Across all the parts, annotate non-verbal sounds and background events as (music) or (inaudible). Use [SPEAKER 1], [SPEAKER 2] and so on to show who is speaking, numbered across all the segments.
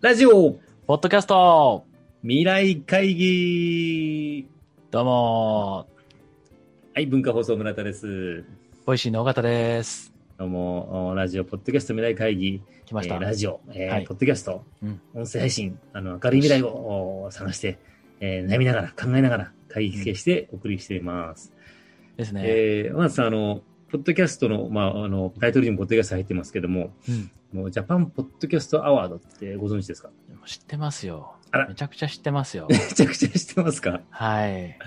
[SPEAKER 1] ラジオ
[SPEAKER 2] ポッドキャスト
[SPEAKER 1] 未来会議
[SPEAKER 2] どうも
[SPEAKER 1] はい、文化放送村田です。
[SPEAKER 2] ボイシーの尾形です。
[SPEAKER 1] どうも、おラジオ、ポッドキャスト未来会議、
[SPEAKER 2] 来まし
[SPEAKER 1] え
[SPEAKER 2] た。
[SPEAKER 1] ーラジオ、えー
[SPEAKER 2] はい
[SPEAKER 1] ポッドキャスト、
[SPEAKER 2] うん
[SPEAKER 1] 音声配信、あの明るい未来をお探して、えー悩みながら、考えながら、会議付けしてお送りしています。
[SPEAKER 2] ですね、
[SPEAKER 1] えーまずさん、あの、ポッドキャストの、まあ、あの、タイトルにもポッドキャスト入ってますけども、もうジャパンポッドキャストアワードってご存知ですか
[SPEAKER 2] うん。知ってますよ
[SPEAKER 1] あら。
[SPEAKER 2] めちゃくちゃ知ってますよ。
[SPEAKER 1] めちゃくちゃ知ってますか
[SPEAKER 2] はい。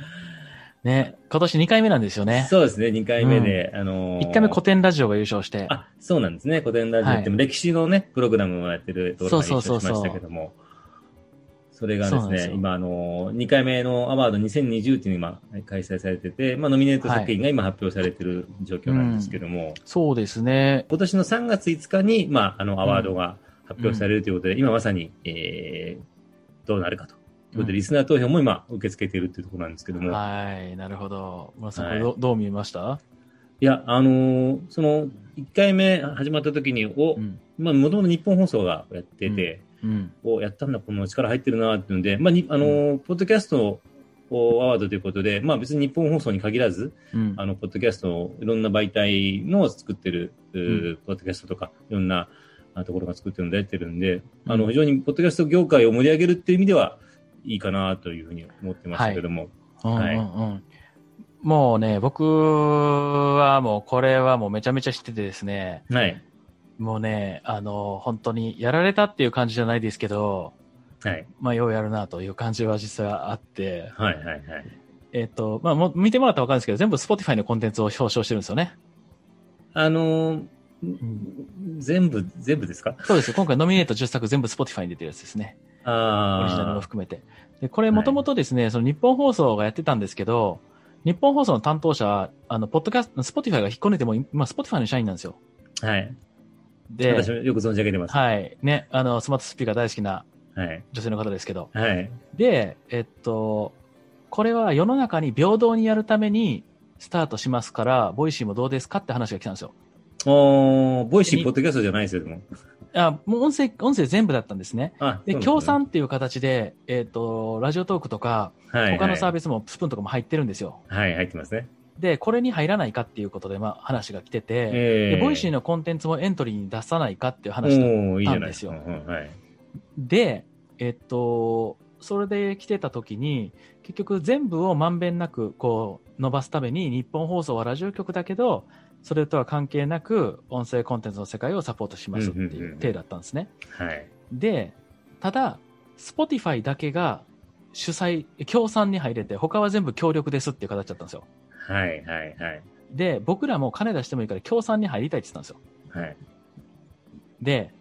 [SPEAKER 2] ね、今年2回目なんですよね。
[SPEAKER 1] そうですね、2回目で、あのー
[SPEAKER 2] 1回目古典ラジオが優勝して。
[SPEAKER 1] あ、そうなんですね。古典ラジオって、
[SPEAKER 2] は
[SPEAKER 1] 歴史のね、プログラムもやってるところから
[SPEAKER 2] そうそうそ
[SPEAKER 1] 一
[SPEAKER 2] うそう
[SPEAKER 1] 緒にしましたけども。それが
[SPEAKER 2] そ
[SPEAKER 1] で
[SPEAKER 2] うな
[SPEAKER 1] す
[SPEAKER 2] んです
[SPEAKER 1] ね、
[SPEAKER 2] よ
[SPEAKER 1] 今、あのー、2回目のアワード2020っていうのが今開催されてて、まあ、ノミネート作品が今発表されてる状況なんですけども、
[SPEAKER 2] そうですね。
[SPEAKER 1] 今年の3月5日に、まあ、あの、アワードが発表されるということで、今まさに、えー、どうなるかと。ということで、
[SPEAKER 2] うん
[SPEAKER 1] リスナー投票も今、受け付けているっていうところなんですけども、
[SPEAKER 2] はい、なるほど。村さん、こ
[SPEAKER 1] はい
[SPEAKER 2] れど,、どう見ました
[SPEAKER 1] いや、あのーその、1回目始まった時に、お
[SPEAKER 2] う、ん。
[SPEAKER 1] まあ、もともと日本放送がやってて、
[SPEAKER 2] うん。
[SPEAKER 1] をやったんだ、この力入ってるなっていうので、まあにあのーポッドキャストをアワードということで、まあ、別に日本放送に限らず、
[SPEAKER 2] うん。
[SPEAKER 1] あのポッドキャストをいろんな媒体の作ってる、うーポッドキャストとか、いろんなあところが作ってるのでやってるんで、あ
[SPEAKER 2] う
[SPEAKER 1] の
[SPEAKER 2] ん
[SPEAKER 1] 非常にポッドキャスト業界を盛り上げるっていう意味では、いいかなというふうに思ってましたけども、
[SPEAKER 2] うんうん
[SPEAKER 1] はい
[SPEAKER 2] うんもうね、僕はもうこれはもうめちゃめちゃ知っててですね。
[SPEAKER 1] はい、
[SPEAKER 2] もうね、あの、本当にやられたっていう感じじゃないですけど、
[SPEAKER 1] はい、
[SPEAKER 2] まあ、ようやるなという感じは実際はあって、
[SPEAKER 1] はい、はい、はい。
[SPEAKER 2] えっ、と、まあ、もう見てもらったらわかるんですけど、全部 Spotify のコンテンツを表彰してるんですよね。
[SPEAKER 1] あのー全部、全部ですか
[SPEAKER 2] そうですよ。今回ノミネート10作全部 Spotify に出てるやつですね。オリジナルも
[SPEAKER 1] あ
[SPEAKER 2] 含めて。で、これもともとですね、その日本放送がやってたんですけど、日本放送の担当者、あの、ポッドキャスト、Spotify が引っこ抜いても、今 Spotify の社員なんですよ。
[SPEAKER 1] あ、はい。
[SPEAKER 2] で、
[SPEAKER 1] 私もよく存じ上げてます。
[SPEAKER 2] はい。ね、あの、スマートスピーカー大好きな
[SPEAKER 1] はい。
[SPEAKER 2] 女性の方ですけど、
[SPEAKER 1] はい。
[SPEAKER 2] で、えっと、これは世の中に平等にやるためにスタートしますから、ボイシーもどうですかって話が来たんですよ。
[SPEAKER 1] おーボイシー
[SPEAKER 2] に
[SPEAKER 1] ポッドキャストじゃないですよ、でも。
[SPEAKER 2] あもう音声、音声全部だったんですね。
[SPEAKER 1] あ、
[SPEAKER 2] で、
[SPEAKER 1] そうなんすね
[SPEAKER 2] 協賛っていう形で、えっ、と、ラジオトークとか、
[SPEAKER 1] はいはい
[SPEAKER 2] 他のサービスもスプーンとかも入ってるんですよ。
[SPEAKER 1] はい、入ってますね。
[SPEAKER 2] で、これに入らないかっていうことで、まあ、話が来てて、
[SPEAKER 1] え
[SPEAKER 2] で、ボイシー
[SPEAKER 1] の
[SPEAKER 2] のコンテンツもエントリーに出さないかっていう話だ
[SPEAKER 1] おーいいじゃないか。
[SPEAKER 2] なん
[SPEAKER 1] うんうんはい。
[SPEAKER 2] で、えっと、それで来てた時に、結局全部をまんべんなくこう伸ばすために、日本放送はラジオ局だけど、それとは関係なく、音声コンテンツの世界をサポートしますって
[SPEAKER 1] うんうん
[SPEAKER 2] い
[SPEAKER 1] うん
[SPEAKER 2] う体だったんですね。
[SPEAKER 1] はい。
[SPEAKER 2] で、ただ、Spotify だけが主催、協賛に入れて、他は全部協力ですっていう形だったんですよ。
[SPEAKER 1] はい、はい、はい。
[SPEAKER 2] で、僕らも金出してもいいから協賛に入りたいって言ってたんですよ。
[SPEAKER 1] はい。
[SPEAKER 2] で、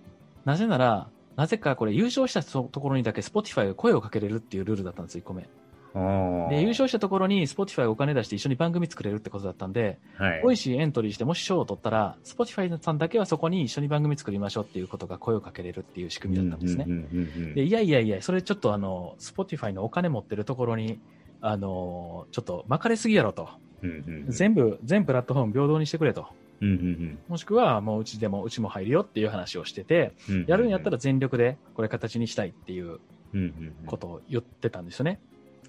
[SPEAKER 2] なぜなら、なぜかこれ優勝したとところにだけ Spotify が声をかけれるっていうルールだったんですよ、1個目。
[SPEAKER 1] おー
[SPEAKER 2] で優、勝したところに Spotify お金出して一緒に番組作れるってことだったんで、
[SPEAKER 1] はい。
[SPEAKER 2] ボイシーエントリーして、もし賞を取ったら、Spotify さんだけはそこに一緒に番組作りましょうっていうことが声をかけれるっていう仕組みだったんですね
[SPEAKER 1] う。んうんうんうん
[SPEAKER 2] でいやいやいや、それちょっとあの Spotify のお金持ってるところに、あのちょっと巻かれすぎやろと、
[SPEAKER 1] うんうんうん
[SPEAKER 2] 全部、全プラットフォーム平等にしてくれと、
[SPEAKER 1] うんうん
[SPEAKER 2] もしくはもううちでもうちも入るよっていう話をしてて、
[SPEAKER 1] うんうん
[SPEAKER 2] やるんやったら全力でこれ形にしたいっていう
[SPEAKER 1] うんうんうん
[SPEAKER 2] ことを言ってたんですよね。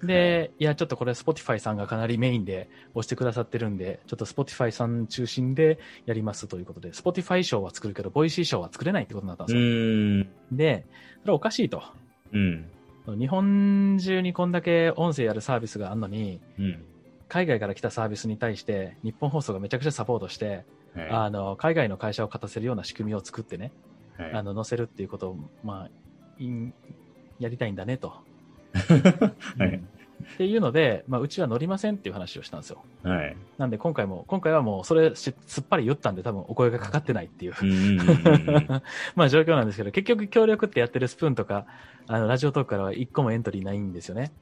[SPEAKER 2] で、いや、ちょっとこれ、Spotify さんがかなりメインで押してくださってるんで、ちょっと Spotify さん中心でやりますということで、Spotify 賞は作るけど、ボイシー賞は作れないってことになったん
[SPEAKER 1] う
[SPEAKER 2] ですよ。
[SPEAKER 1] ーん。
[SPEAKER 2] で、それはおかしいと。
[SPEAKER 1] うん。
[SPEAKER 2] 日本中にこんだけ音声やるサービスがあるのに、
[SPEAKER 1] うん。
[SPEAKER 2] 海外から来たサービスに対して、日本放送がめちゃくちゃサポートして、
[SPEAKER 1] はい
[SPEAKER 2] あの、海外の会社を勝たせるような仕組みを作ってね、
[SPEAKER 1] はい
[SPEAKER 2] あの、載せるっていうことを、まあ、いんやりたいんだねと。
[SPEAKER 1] は
[SPEAKER 2] う
[SPEAKER 1] い
[SPEAKER 2] ん。っていうので、まあ、うちは乗りませんっていう話をしたんですよ。
[SPEAKER 1] (laughs) はい。
[SPEAKER 2] なんで今回も、今回はもうそれしすっぱり言ったんで多分お声がかかってないっていう、
[SPEAKER 1] うんうんうんうん
[SPEAKER 2] (laughs) まあ状況なんですけど、結局協力ってやってるスプーンとか、あの、ラジオトークからは一個もエントリーないんですよね。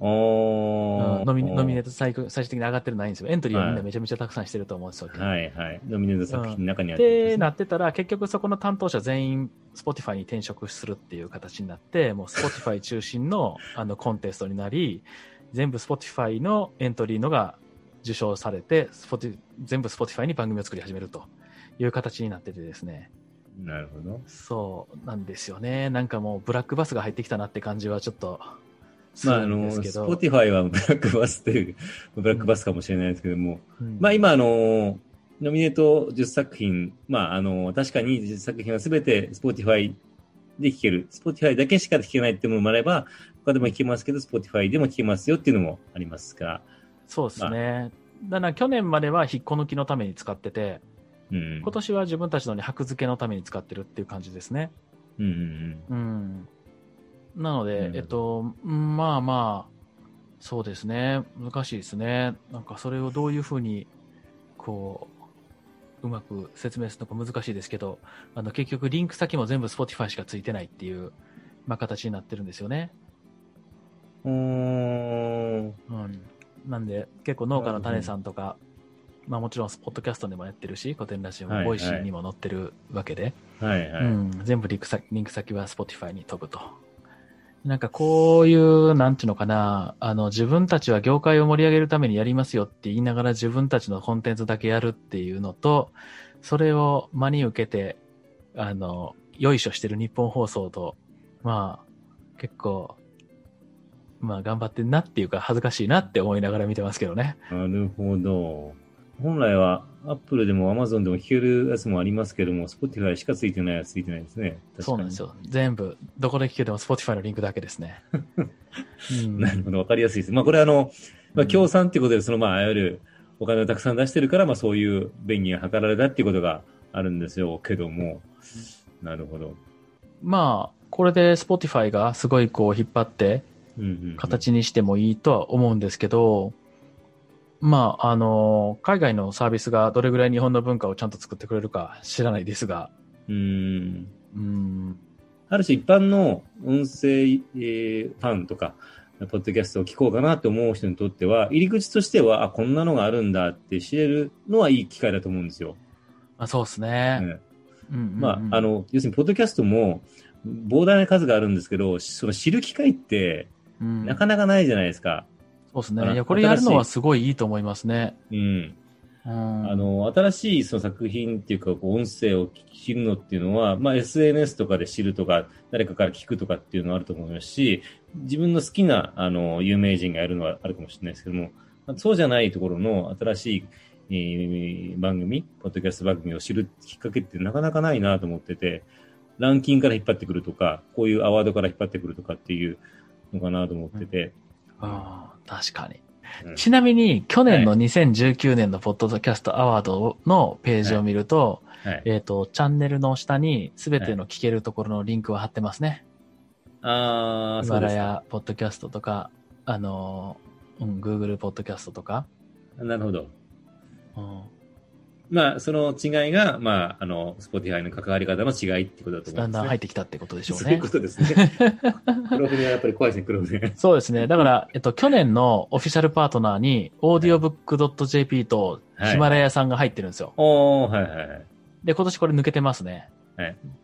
[SPEAKER 1] お
[SPEAKER 2] (laughs) うんノミノミネー
[SPEAKER 1] ト。
[SPEAKER 2] ト最高最終的に上がってるのないんですよ。エントリーはみ
[SPEAKER 1] は
[SPEAKER 2] んないめちゃめちゃたくさんしてると思うんですよ。
[SPEAKER 1] はいはい。ノミネート作品の中にあ
[SPEAKER 2] っ
[SPEAKER 1] るってことで
[SPEAKER 2] て
[SPEAKER 1] すね
[SPEAKER 2] なってたら、結局そこの担当者全員、Spotify に転職するっていう形になって、もう Spotify 中
[SPEAKER 1] (laughs)
[SPEAKER 2] 心のあのコンテストになり、全部 Spotify のエントリーのが受賞されて、Spotify 全部 Spotify に番組を作り始めるという形になっててですね。
[SPEAKER 1] なるほど。
[SPEAKER 2] そうなんですよね。なんかもうブラックバスが入ってきたなって感じはちょっとす
[SPEAKER 1] まあ、あ
[SPEAKER 2] るん
[SPEAKER 1] の、
[SPEAKER 2] ですけど。
[SPEAKER 1] Spotify は (laughs) ブラックバスという、ブラックバスかもしれないですけども、
[SPEAKER 2] うん
[SPEAKER 1] まあ、今、あの、ノミネート10作品、まあ、あの、確かに10作品はすべて Spotify で聴ける。Spotify だけしか聴けないっていうものもあれば、他でも聴けますけど、Spotify でも聴けますよっていうのもありますが、
[SPEAKER 2] そうですね。だから去年までは引っこ抜きのために使ってて、
[SPEAKER 1] うん。
[SPEAKER 2] 今年は自分たちのに箔付けのために使ってるっていう感じですね。
[SPEAKER 1] うんうん
[SPEAKER 2] うん。なので、
[SPEAKER 1] うん
[SPEAKER 2] えっと、うんまあまあ、そうですね。難しいですね。なんかそれをどういうふうに、こう、うまく説明するのか難しいですけど、あの、結局リンク先も全部 Spotify しかついてないっていう、まあ形になってるんですよね。
[SPEAKER 1] うん。おー
[SPEAKER 2] うん。なんで、結構農家の種さんとか、まあもちろん、ポッドキャストでもやってるし、古典ラジオ
[SPEAKER 1] はいは
[SPEAKER 2] も、
[SPEAKER 1] い
[SPEAKER 2] ボイシーにも載ってるわけで、
[SPEAKER 1] はいはい。
[SPEAKER 2] うん、全部リンク先リンク先は Spotify に飛ぶと。なんかこういう、なんていうのかな、あの、自分たちは業界を盛り上げるためにやりますよって言いながら自分たちのコンテンツだけやるっていうのと、それを真に受けて、あの、よいしょしてる日本放送と、まあ、結構、まあ頑張ってんなっていうか恥ずかしいなって思いながら見てますけどね。
[SPEAKER 1] なるほど。本来は Apple でも Amazon でも聴けるやつもありますけども、Spotify しかついてないやつついてないですね。確かに
[SPEAKER 2] そうなんです。よ。全部、どこで聞けても Spotify のリンクだけで
[SPEAKER 1] (laughs)
[SPEAKER 2] すね。うん
[SPEAKER 1] なるほど、わかりやすいです。まあこれあの、まあ協賛っていうことで、そのまあ、いわゆるお金をたくさん出してるから、まあそういう便宜が図られたっていうことがあるんですよ、けども。なるほど。
[SPEAKER 2] まあ、これで Spotify がすごいこう引っ張って
[SPEAKER 1] うんうんうん
[SPEAKER 2] 形にしてもいいとは思うんですけど、まあ、あの、海外のサービスがどれぐらい日本の文化をちゃんと作ってくれるか知らないですが、
[SPEAKER 1] うん。
[SPEAKER 2] うん、
[SPEAKER 1] ある種一般の音声、えーファンとか、ポッドキャストを聞こうかなと思う人にとっては、入り口としては、あ、こんなのがあるんだって知れるのはいい機会だと思うんですよ。
[SPEAKER 2] まあ、そうですね。
[SPEAKER 1] ね
[SPEAKER 2] うんうんうん
[SPEAKER 1] まあ、あ、の、要するに、ポッドキャストも、膨大な数があるんですけど、その知る機会って、
[SPEAKER 2] うん
[SPEAKER 1] なかなかないじゃないですか。
[SPEAKER 2] そうです
[SPEAKER 1] あ
[SPEAKER 2] ね。
[SPEAKER 1] の
[SPEAKER 2] いや、これやるの
[SPEAKER 1] 新
[SPEAKER 2] は
[SPEAKER 1] しい
[SPEAKER 2] すごいいいと思いますね。
[SPEAKER 1] うん。
[SPEAKER 2] うん、
[SPEAKER 1] あの、新しいその作品っていうか、こう音声を聞くのっていうのは、まあ、SNS とかで知るとか、誰かから聞くとかっていうのはあると思いますし、自分の好きな、あの、有名人がやるのはあるかもしれないですけども、そうじゃないところの新しい、えー番組、ポッドキャスト番組を知るきっかけってなかなかないなと思ってて、ランキングから引っ張ってくるとか、こういうアワードから引っ張ってくるとかっていうのかなと思ってて。
[SPEAKER 2] うん確かに。
[SPEAKER 1] うん
[SPEAKER 2] ちなみに、去年の2019年のポッドキャストアワードのページを見ると、
[SPEAKER 1] はい。
[SPEAKER 2] えっ、と、チャンネルの下にすべての聞けるところのリンクを貼ってますね。
[SPEAKER 1] あー、
[SPEAKER 2] ヒ
[SPEAKER 1] そ
[SPEAKER 2] マ
[SPEAKER 1] うで
[SPEAKER 2] ラ
[SPEAKER 1] すか。
[SPEAKER 2] ヤ、ポッドキャストとか、あのー、うん、Google ポッドキャストとか。
[SPEAKER 1] なるほど。
[SPEAKER 2] うん、
[SPEAKER 1] まあ、その違いが、まあ、あの、Spotify の関わり方の違いってことだと思
[SPEAKER 2] だ
[SPEAKER 1] うん
[SPEAKER 2] ん
[SPEAKER 1] です、ね。
[SPEAKER 2] だん入ってきたってことでしょう
[SPEAKER 1] そういう
[SPEAKER 2] ね
[SPEAKER 1] こ。とです
[SPEAKER 2] (laughs)
[SPEAKER 1] ね。黒船はやっぱり怖いですね、黒船。
[SPEAKER 2] そうですね。だから、えっと、去年のオフィシャルパートナーに、audiobook.jp と
[SPEAKER 1] はい
[SPEAKER 2] ヒマラヤさんが入ってるんですよ。
[SPEAKER 1] おー、はいはいはい。
[SPEAKER 2] で、今年これ抜けてますね。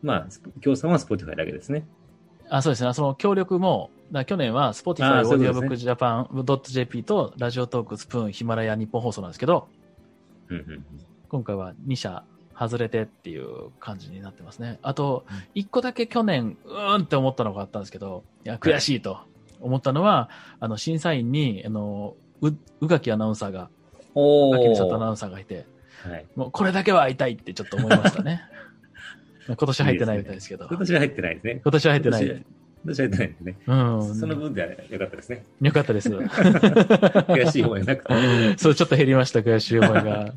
[SPEAKER 1] まあ、協賛は Spotify だけですね。
[SPEAKER 2] あ、そうですね。その協力も、だから去年は
[SPEAKER 1] あ
[SPEAKER 2] Spotify、
[SPEAKER 1] ーそういうことです
[SPEAKER 2] audiobookjapan.jp と、ラジオトーク、スプーン、ヒマラヤ、日本放送なんですけど、
[SPEAKER 1] うんうんうん。
[SPEAKER 2] 今回は2社外れてっていう感じになってますね。あと、1個だけ去年、うーんって思ったのがあったんですけど、いや、悔しいと思ったのは、あの、審査員に、あの、う、宇垣アナウンサーが、
[SPEAKER 1] お
[SPEAKER 2] 宇垣美里ア
[SPEAKER 1] ー。
[SPEAKER 2] ナ
[SPEAKER 1] は
[SPEAKER 2] ウンサーがいて、
[SPEAKER 1] い。
[SPEAKER 2] もうこれだけは会いたいってちょっと思いまし
[SPEAKER 1] (laughs)
[SPEAKER 2] たね。今年入ってないみたいですけど。
[SPEAKER 1] 今年は入ってないですね。
[SPEAKER 2] 今年は入ってな
[SPEAKER 1] 今
[SPEAKER 2] い。
[SPEAKER 1] 年は入ってないですね。
[SPEAKER 2] うん。
[SPEAKER 1] その分では良かったですね。
[SPEAKER 2] よかったです。
[SPEAKER 1] (laughs) 悔しい思いなくて。
[SPEAKER 2] (laughs) そう、ちょっと減りました、悔しい思いが。